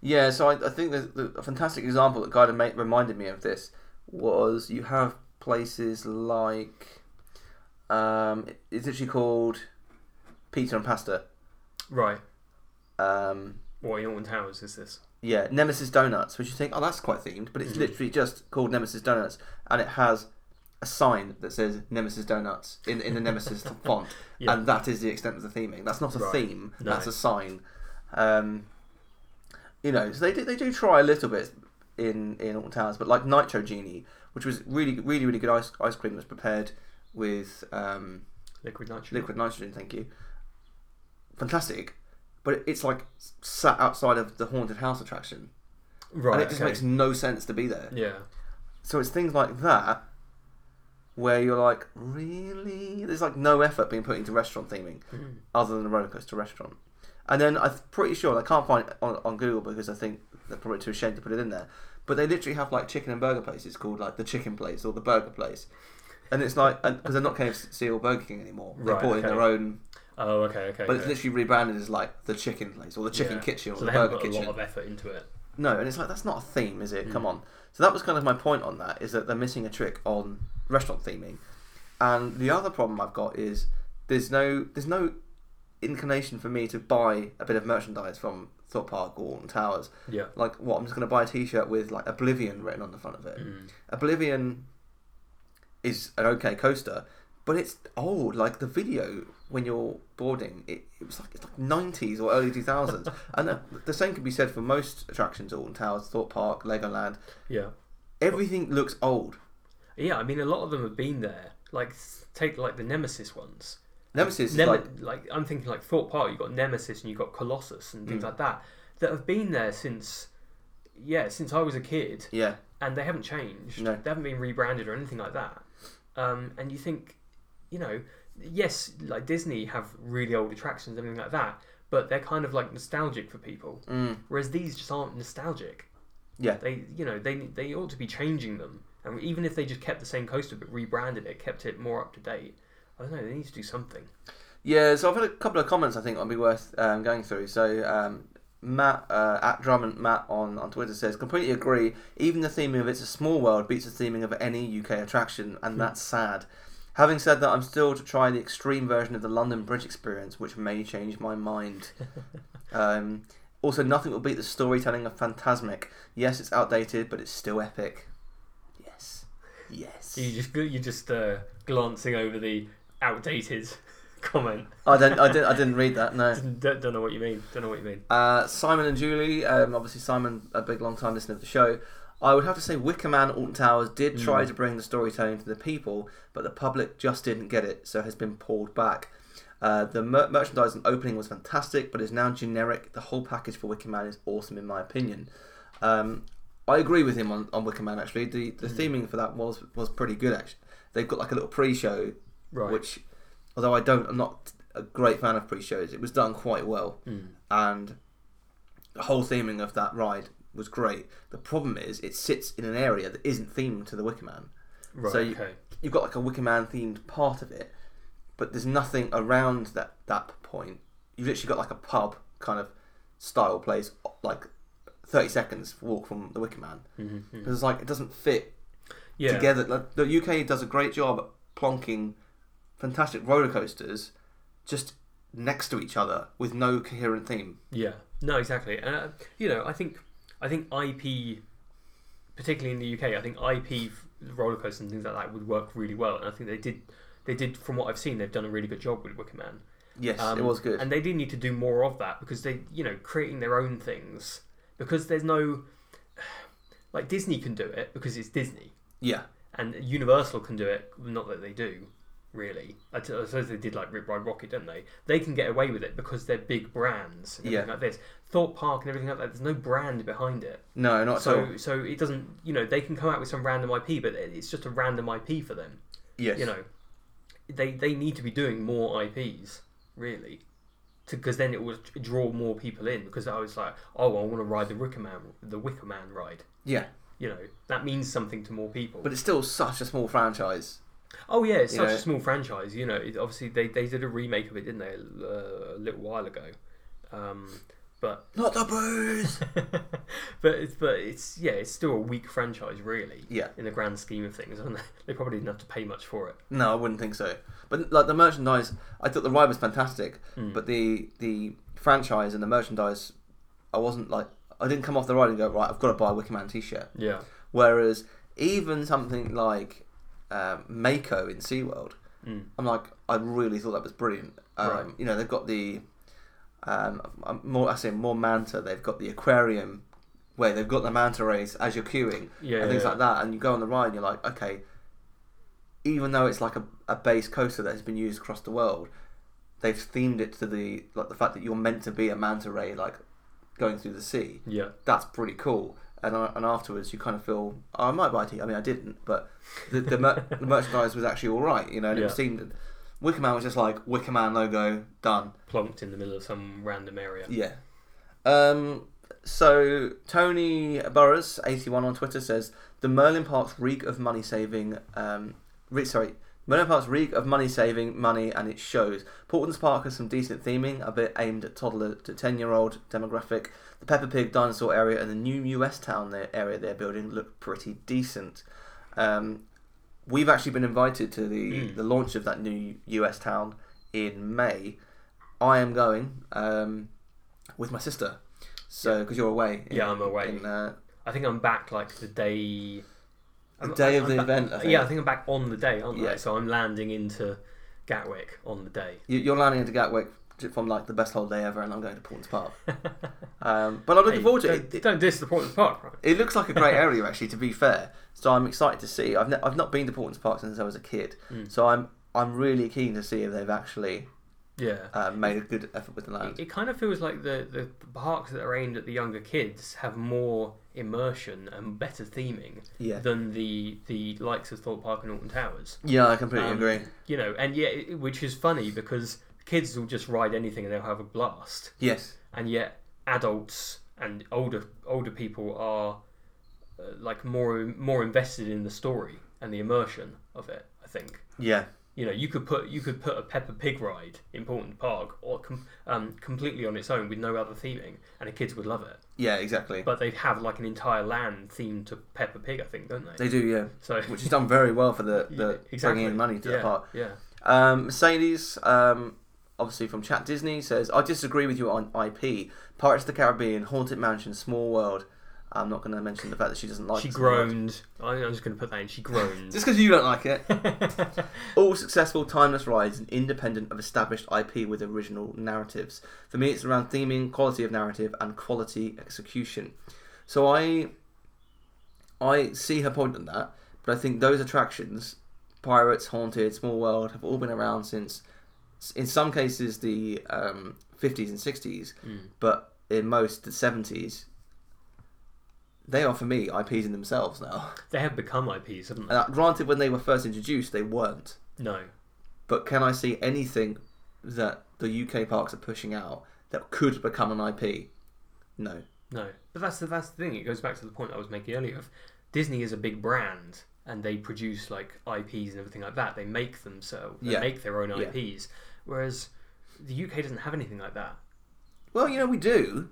Yeah, so I, I think the, the, a fantastic example that kind of made, reminded me of this was you have places like um, it's actually called Pizza and Pasta.
Right.
Um,
What in Alton Towers is this?
yeah, Nemesis Donuts, which you think, oh, that's quite themed, but it's literally just called Nemesis Donuts, and it has a sign that says Nemesis Donuts in in the Nemesis font, and that is the extent of the theming. That's not a
Right.
theme.
No.
That's a sign. Um, you know, so they do, they do try a little bit in in Alton Towers, but like Nitro Genie, which was really really really good ice ice cream that's prepared with um,
Liquid nitrogen.
liquid nitrogen. Thank you. Fantastic, but it's like sat outside of the haunted house attraction
Right.
and it just
okay.
makes no sense to be there.
yeah.
So it's things like that where you're like, really? There's like no effort being put into restaurant theming other than the roller coaster restaurant. And then I'm pretty sure I can't find it on, on Google because I think they're probably too ashamed to put it in there. But they literally have like chicken and burger places called like the chicken place or the burger place. And it's like, because they're not KFC or Burger King anymore. They
Right,
bought in
okay.
their own,
Oh, okay, okay.
but it's literally rebranded as like the chicken place or the chicken kitchen or
So
the
they haven't
burger
put
kitchen.
a lot of effort into it.
No, and it's like that's not a theme, is it? Come on. So that was kind of my point on that is that they're missing a trick on restaurant theming, and the other problem I've got is there's no there's no inclination for me to buy a bit of merchandise from Thorpe Park or Alton Towers.
Yeah.
Like what? I'm just going to buy a T-shirt with like Oblivion written on the front of it. Oblivion is an okay coaster, but it's old. Like the video when you're boarding, it, it was like it's like 90s or early 2000s, and the, the same can be said for most attractions: Alton Towers, Thorpe Park, Legoland.
Yeah.
Everything looks old.
Yeah. I mean, a lot of them have been there. Like, s- take like the Nemesis ones.
Nemesis is
Nem-
like
like, I'm thinking like Thought Park. You've got Nemesis and you've got Colossus and
Mm.
things like that that have been there since. Yeah, since I was a kid.
yeah,
and they haven't changed.
No.
They haven't been rebranded or anything like that. Um, and you think, you know, yes, like Disney have really old attractions and everything like that, but they're kind of like nostalgic for people.
mm.
Whereas these just aren't nostalgic.
yeah,
They, you know, they they ought to be changing them. And even if they just kept the same coaster but rebranded it, kept it more up to date. I don't know. They need to do something.
yeah. So I've had a couple of comments I think would be worth um, going through. So. Um, Matt uh, at Drummond Matt on, on Twitter says completely agree. Even the theming of It's a Small World beats the theming of any UK attraction, and that's sad. Having said that, I'm still to try the extreme version of the London Bridge experience, which may change my mind. um, Also, nothing will beat the storytelling of Fantasmic. Yes, it's outdated, but it's still epic. Yes. Yes.
You just you're just uh, glancing over the outdated comment.
I don't. I didn't. I didn't read that. No.
don't, don't know what you mean. Don't know what you mean.
Uh, Simon and Julie. Um, obviously, Simon, a big long time listener of the show. I would have to say Wicker Man Alton Towers did try to bring the storytelling to the people, but the public just didn't get it, so has been pulled back. Uh, the mer- merchandise and opening was fantastic, but is now generic. The whole package for Wicker Man is awesome, in my opinion. Um, I agree with him on, on Wicker Man, actually. The, the theming for that was, was pretty good, actually. They've got like a little pre show,
Right.
which, although I don't, I'm not a great fan of pre shows, it was done quite well.
Hmm.
And the whole theming of that ride was great. The problem is it sits in an area that isn't themed to the Wicker Man.
Right,
so you,
okay.
you've got like a Wicker Man themed part of it, but there's nothing around that that point. You've literally got like a pub kind of style place, like 30 seconds walk from the Wicker Man. Because it's like it doesn't fit
Mm. Mm-hmm. Yeah.
together. Like, the UK does a great job at plonking fantastic roller coasters just next to each other with no coherent theme.
Yeah. No, exactly. And uh, you know, I think I think IP, particularly in the UK, I think IP f- roller coasters and things like that would work really well. And I think they did they did from what I've seen, they've done a really good job with Wicker Man.
Yes,
Um,
it was good.
And they do need to do more of that because they, you know, creating their own things because there's no like Disney can do it because it's Disney
yeah.
and Universal can do it. Not that they do, really. I t- I suppose they did like Rip Ride Rocket, don't they? They can get away with it because they're big brands. And everything
Yeah.
Like this, Thorpe Park and everything like that. There's no brand behind it,
No, not at all.
so so it doesn't. You know, they can come out with some random IP, but it- it's just a random IP for them.
Yes.
You know, they they need to be doing more IPs really. Because then it will draw more people in. Because I was like, oh, I want to ride the Wicker Man, the Wicker Man ride.
Yeah.
You know, that means something to more people.
But it's still such a small franchise.
Oh yeah, it's
You
such
know?
a small franchise. You know, it, obviously they, they did a remake of it, didn't they, uh, a little while ago. Um, but
Not the booze!
but it's, but it's yeah, it's still a weak franchise really.
Yeah.
In the grand scheme of things, and they probably didn't have to pay much for it.
no, I wouldn't think so. But like the merchandise, I thought the ride was fantastic. But the the franchise and the merchandise, I wasn't like I didn't come off the ride and go right. I've got to buy a Wicker Man t-shirt.
Yeah.
Whereas even something like um, Mako in SeaWorld,
Mm.
I'm like, I really thought that was brilliant. Um,
Right.
You know, they've got the um, um, more, I say more manta. They've got the aquarium where they've got the manta rays as you're queuing
Yeah,
and things
yeah.
like that. And you go on the ride and you're like, okay, even though it's like a, a base coaster that has been used across the world, they've themed it to the like the fact that you're meant to be a manta ray like going through the sea
Yeah.
that's pretty cool. And, I, and afterwards, you kind of feel, oh, I might buy a tea. I mean, I didn't, but the, the, mer- the merchandise was actually all right, you know. And it
Yeah.
was seen. Wicker Man was just like Wicker Man logo done.
Plonked in the middle of some random area.
Yeah. Um. So Tony Burrows, eighty-one on Twitter, says the Merlin Parks reek of money saving. Um. Re- sorry. Merlin Parks reek of money saving money, and it shows. Portland's Park has some decent theming, a bit aimed at toddler to ten-year-old demographic. The Peppa Pig dinosaur area and the new US town there, area they're building look pretty decent. Um, we've actually been invited to the,
Hmm.
the launch of that new US town in May. I am going um, with my sister, so because you're away. in-
Yeah, I'm away.
In, uh,
I think I'm back like the day.
the day of
I'm
the
back-
event, I think.
Yeah, I think I'm back on the day, aren't
Yeah.
I? So I'm landing into Gatwick on the day.
You- You're landing into Gatwick from like the best holiday ever, and I'm going to Portland's Park. um, but I'm looking forward to
Don't,
it. it.
don't diss the Portland Park, right?
It looks like a great area, actually. To be fair, so I'm excited to see. I've, ne- I've not been to Portland's Park since I was a kid,
Hmm.
so I'm I'm really keen to see if they've actually
Yeah.
uh, made a good effort with the land.
It, it kind of feels like the, the parks that are aimed at the younger kids have more immersion and better theming
Yeah.
than the the likes of Thorpe Park and Alton Towers.
yeah, I completely
Um,
agree.
You know, and yet, it- which is funny because kids will just ride anything and they'll have a blast,
Yes.
and yet adults and older older people are uh, like more more invested in the story and the immersion of it. I think
Yeah.
you know you could put you could put a Peppa Pig ride in Portland Park or com- um, completely on its own with no other theming, and the kids would love it.
Yeah. Exactly.
But they have like an entire land themed to Peppa Pig, I think, don't they?
They do, yeah.
So-
which has done very well for the, the bringing in money to
yeah,
the park.
Yeah,
Um, Mercedes, um, obviously from Chat Disney, says, I disagree with you on IP. Pirates of the Caribbean, Haunted Mansion, Small World. I'm not going to mention the fact that she doesn't like
She
Small World.
groaned. I- I'm just going to put that in. She groaned.
Just because you don't like it. All successful, timeless rides and independent of established IP with original narratives. For me, it's around theming, quality of narrative, and quality execution. So I, I see her point on that, but I think those attractions, Pirates, Haunted, Small World, have all been around since, in some cases, the um, 50s and 60s, but in most the 70s. They are for me IPs in themselves now.
they have become IPs, haven't they?
Uh, granted, when they were first introduced, they weren't.
No.
But can I see anything that the UK parks are pushing out that could become an IP? No.
No, but that's the, that's the thing. It goes back to the point I was making earlier. Of Disney is a big brand, and they produce like IPs and everything like that. They make themselves. They
Yeah.
make their own
Yeah.
IPs. Whereas the UK doesn't have anything like that.
Well, you know we do.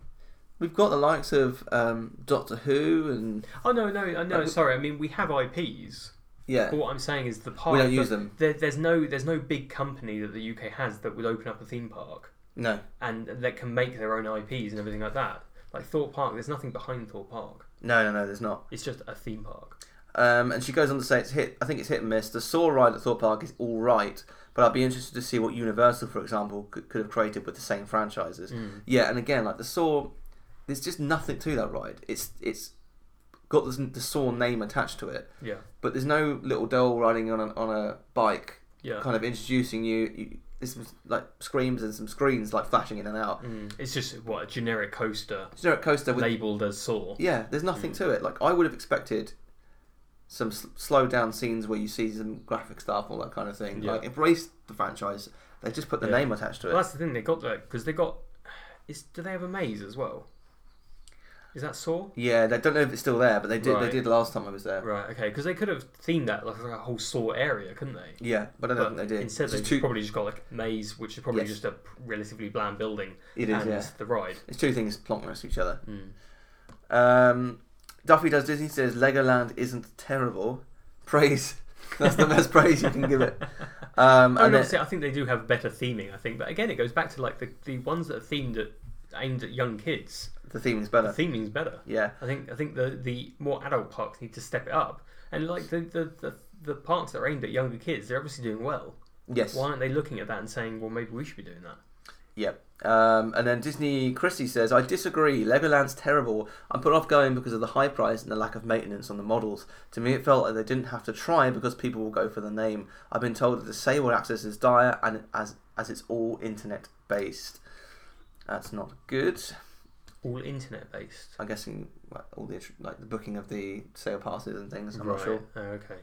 We've got the likes of um, Doctor Who and
Oh no, no, I no. Sorry, I mean we have IPs.
yeah,
But what I'm saying is the park.
don't use
the-
them.
There, there's no there's no big company that the UK has that would open up a theme park
no,
and that can make their own IPs and everything like that. Like Thought Park, there's nothing behind Thought Park.
no, no, no. There's not.
It's just a theme park.
Um, and she goes on to say it's hit. I think it's hit and miss. The Saw ride at Thorpe Park is all right, but I'd be interested to see what Universal, for example, could, could have created with the same franchises.
Mm.
Yeah, and again, like the Saw, there's just nothing to that ride. It's it's got the, the Saw name attached to it,
Yeah.
but there's no little doll riding on a, on a bike,
Yeah.
kind of introducing you. you this was like screams and some screens like flashing in and out.
Mm, It's just what a generic coaster
Generic coaster with
labeled as Saw.
yeah, there's nothing
Mm.
to it. Like I would have expected some s slow down scenes where you see some graphic stuff, all that kind of thing.
Yeah.
Like embrace the franchise. They just put the
Yeah.
name attached to it.
Well, that's the thing they got there because they got. Is do they have a maze as well? Is that Saw?
yeah, they don't know if it's still there, but they did.
Right.
They did last time I was there.
Right. Okay. Because they could have themed that like a whole Saw area, couldn't they?
Yeah, but I don't
But
think they did.
Instead,
It's
they
just
two...
two,
probably just got like maze, which is probably
Yes.
just a relatively bland building.
It is,
and
yeah. Mm.
The ride.
it's two things plonking next to each other. Um, Duffy does Disney says Legoland isn't terrible. Praise. That's the best praise you can give it. Um,
Oh,
and
no,
then-
see, I think they do have better theming. I think, but again, it goes back to like the, the ones that are themed at aimed at young kids.
the theme is better.
The theming's better.
Yeah.
I think I think the the more adult parks need to step it up, and like the the, the, the parks that are aimed at younger kids, they're obviously doing well.
Yes.
Why aren't they looking at that and saying, well, maybe we should be doing that?
Yep. Um, and then Disney Christie says, I disagree. Legoland's terrible. I'm put off going because of the high price and the lack of maintenance on the models. To me, it felt like they didn't have to try because people will go for the name. I've been told that disabled access is dire and as as it's all internet based. That's not good.
All internet based.
I'm guessing like, all the like the booking of the sale passes and things. I'm not sure.
Oh, okay.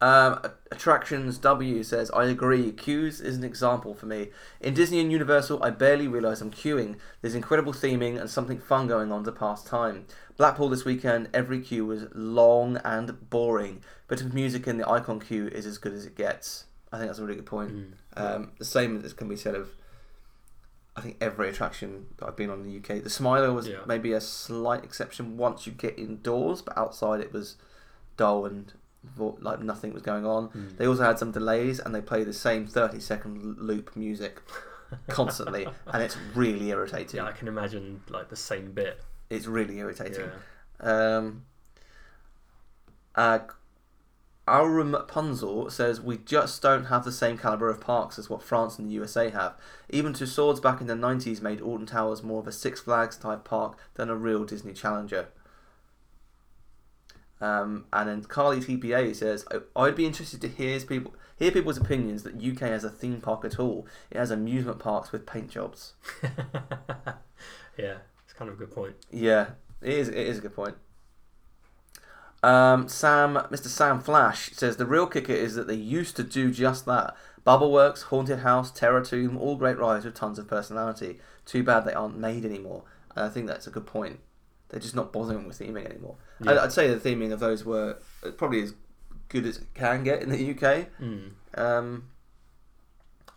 Um, Attractions W says, I agree. Queues is an example for me. In Disney and Universal, I barely realise I'm queuing. There's incredible theming and something fun going on to pass time. Blackpool this weekend, every queue was long and boring, but if music in the icon queue is as good as it gets. I think that's a really good point.
Hmm.
Um, the same as can be said of, I think, every attraction that I've been on in the UK. The Smiler was
Yeah.
maybe a slight exception once you get indoors, but outside it was dull and vo- like nothing was going on.
Hmm.
They also had some delays and they play the same 30 second loop music constantly and it's really irritating.
Yeah, I can imagine like the same bit.
It's really irritating.
Yeah.
Um, uh, Aurum Punzel says we just don't have the same caliber of parks as what France and the USA have. Even Two Swords back in the '90s made Alton Towers more of a Six Flags type park than a real Disney Challenger. Um, and then Carly TPA says, "I- I'd be interested to hear his people hear people's opinions that UK has a theme park at all. It has amusement parks with paint jobs.
yeah, it's kind of a good point.
Yeah, it is. It is a good point. Um, Sam, Mr. Sam Flash says the real kicker is that they used to do just that. Bubbleworks, Haunted House, Terror Tomb, all great rides with tons of personality. Too bad they aren't made anymore. And I think that's a good point. They're just not bothering with theming anymore. I'd, I'd say the theming of those were uh, probably as good as it can get in the UK. Um,
Hmm.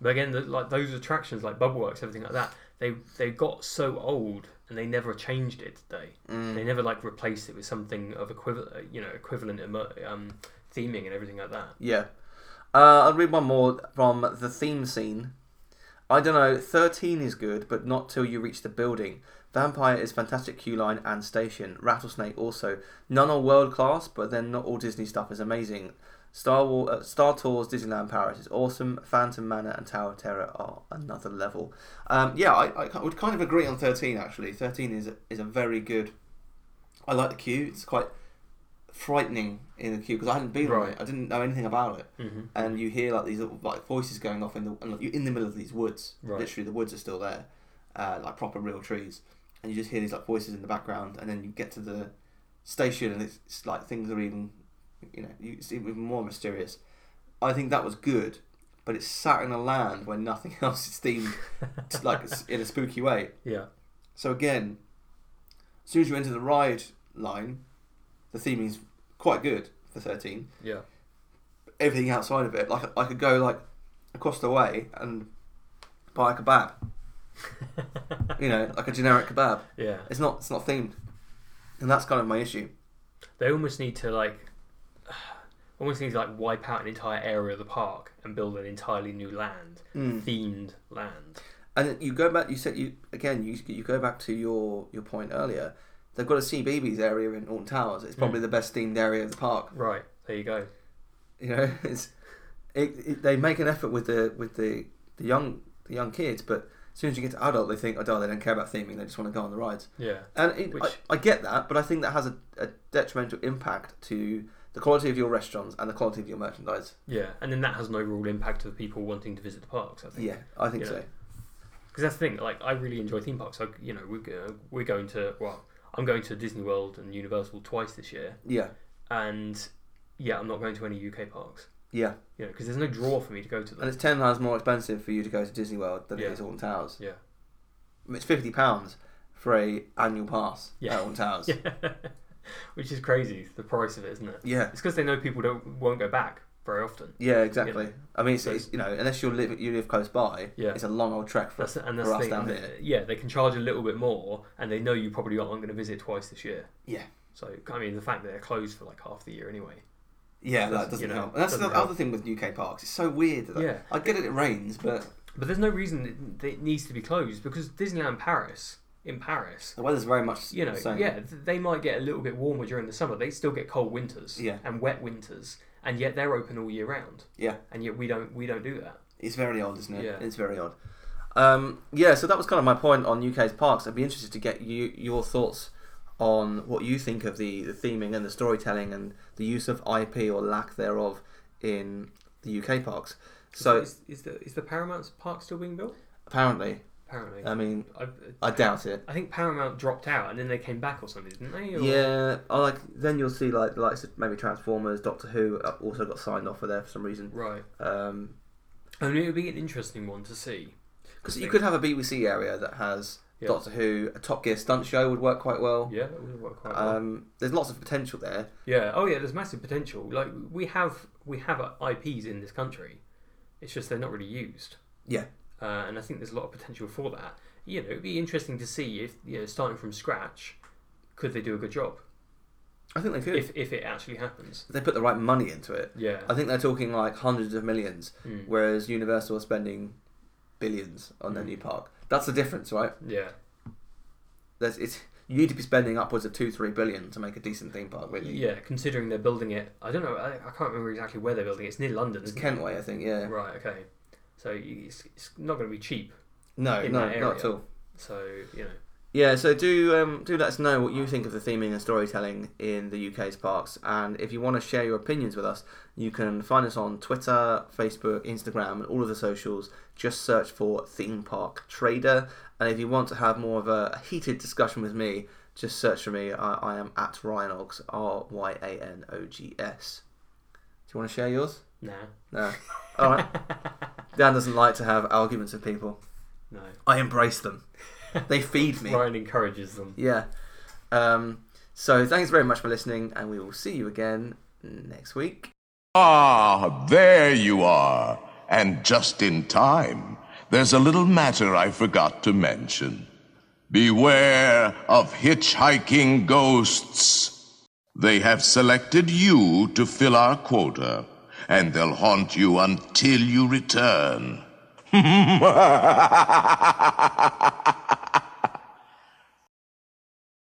But again, the, like those attractions, like Bubbleworks, everything like that, they they got so old and they never changed it. did They
mm,
they never like replaced it with something of equivalent, you know, equivalent emo- um, theming and everything like that.
Yeah. Uh, I'll read one more from the theme scene. I don't know. Thirteen is good, but not till you reach the building. Vampire is fantastic queue line and station. Rattlesnake also. None are world class, but then not all Disney stuff is amazing. Star War, uh, Star Tours Disneyland Paris is awesome. Phantom Manor and Tower of Terror are another level. Um, yeah, I, I would kind of agree on thirteen actually. Thirteen is is a very good. I like the queue. It's quite frightening in the queue because I hadn't been on
Right.
it. I didn't know anything about it,
Mm-hmm.
and you hear like these little, like voices going off in the and, like, you're in the middle of these woods.
Right.
Literally, the woods are still there, uh, like proper real trees, and you just hear these like voices in the background, and then you get to the station, and it's, it's like things are even, you know, you, it's even more mysterious. I think that was good, but it's sat in a land where nothing else is themed like it's in a spooky way.
Yeah.
So again, as soon as you enter the ride line, the theming's quite good for thirteen.
Yeah.
Everything outside of it, like I could go like across the way and buy a kebab. you know, like a generic kebab.
Yeah.
It's not it's not themed, and that's kind of my issue.
They almost need to like almost need to like wipe out an entire area of the park and build an entirely new land, themed land.
And you go back. You said you again. You you go back to your your point earlier. They've got a CBeebies area in Alton Towers. It's probably the best themed area of the park.
Right. There you go.
You know, it's it, it, they make an effort with the with the, the young the young kids, but as soon as you get to adult, they think, oh, no, they don't care about theming. They just want to go on the rides.
Yeah.
And it,
Which-
I, I get that, but I think that has a, a detrimental impact to the quality of your restaurants and the quality of your merchandise.
Yeah. And then that has an overall impact to the people wanting to visit the parks. I think.
Yeah, I think
Yeah.
so.
Because that's the thing. Like, I really enjoy theme parks. Like, you know, we're go- we're going to well, I'm going to Disney World and Universal twice this year,
Yeah,
and yeah, I'm not going to any UK parks.
yeah.
You know, because there's no draw for me to go to
And
them.
it's ten times more expensive for you to go to Disney World than
Yeah.
it is Alton Towers.
Yeah.
I mean, It's fifty pounds for a annual pass
Yeah.
at Alton Towers. Yeah.
Which is crazy, the price of it, isn't it?
Yeah.
It's because they know people don't won't go back very often.
exactly. I mean, it's, it's, you know, unless you live you live close by,
Yeah.
it's a long old trek for,
That's and that's
for
the
us
thing.
down here.
Yeah, they can charge a little bit more, and they know you probably aren't going to visit twice this year.
Yeah,
So I mean, the fact that they're closed for like half the year anyway.
yeah,
Doesn't-
that doesn't
you know,
help. And that's
doesn't
the
help.
other thing with UK parks. It's so weird. That
Yeah.
I get it. It rains, but
But there's no reason it- that it needs to be closed because Disneyland Paris in Paris,
the weather's very much
you know,
the same.
yeah, th- they might get a little bit warmer during the summer. They still get cold winters
Yeah.
and wet winters, and yet they're open all year round.
Yeah.
And yet we don't we don't do that.
It's very odd, isn't it?
Yeah.
It's very odd. Um, yeah, so that was kind of my point on UK's parks. I'd be interested to get you your thoughts on what you think of the, the theming and the storytelling and the use of IP or lack thereof in the UK parks. So
is, is the is the Paramount Park still being built?
apparently,
Apparently,
I mean,
I,
I doubt it.
I think Paramount dropped out and then they came back or something, didn't they? Or-
Yeah, I like then you'll see like the likes of maybe Transformers, Doctor Who uh, also got signed off for there for some reason.
Right.
Um,
I mean, it would be an interesting one to see.
Because you could have a BBC area that has
Yeah.
Doctor Who, a Top Gear stunt show would work quite well.
Yeah, that would work quite well.
Um, there's lots of potential there.
Yeah. Oh, yeah. There's massive potential. Like we have we have uh, IPs in this country. It's just they're not really used,
Yeah,
uh, and I think there's a lot of potential for that. You know, it'd be interesting to see if you know, starting from scratch, could they do a good job
I think they could.
if if it actually happens?
If they put the right money into it.
Yeah.
I think they're talking like hundreds of millions,
Hmm.
whereas Universal are spending billions on
Hmm.
their new park. That's the difference, right?
Yeah.
There's, it's you need to be spending upwards of two, three billion to make a decent theme park, really.
Yeah. Considering they're building it, I don't know. I, I can't remember exactly where they're building it. It's near London.
It's
isn't it?
Kentway, I think. Yeah.
Right. Okay. So you- it's, it's not going to be cheap.
No,
In
no,
that
not at
area.
all.
So you know.
Yeah, so do um, do let us know what you think of the theming and storytelling in the UK's parks, and if you want to share your opinions with us, you can find us on Twitter, Facebook, Instagram, and all of the socials. Just search for Theme Park Trader, and if you want to have more of a heated discussion with me, just search for me. I, I am at Ryan Ogs, R Y A N O G S. Do you want to share yours?
Nah.
No. All right. Dan doesn't like to have arguments with people.
No.
I embrace them. They feed me.
Ryan encourages them.
Yeah. Um, so thanks very much for listening, and we will see you again next week.
Ah, there you are. And just in time. There's a little matter I forgot to mention. Beware of hitchhiking ghosts. They have selected you to fill our quota, and they'll haunt you until you return. Him.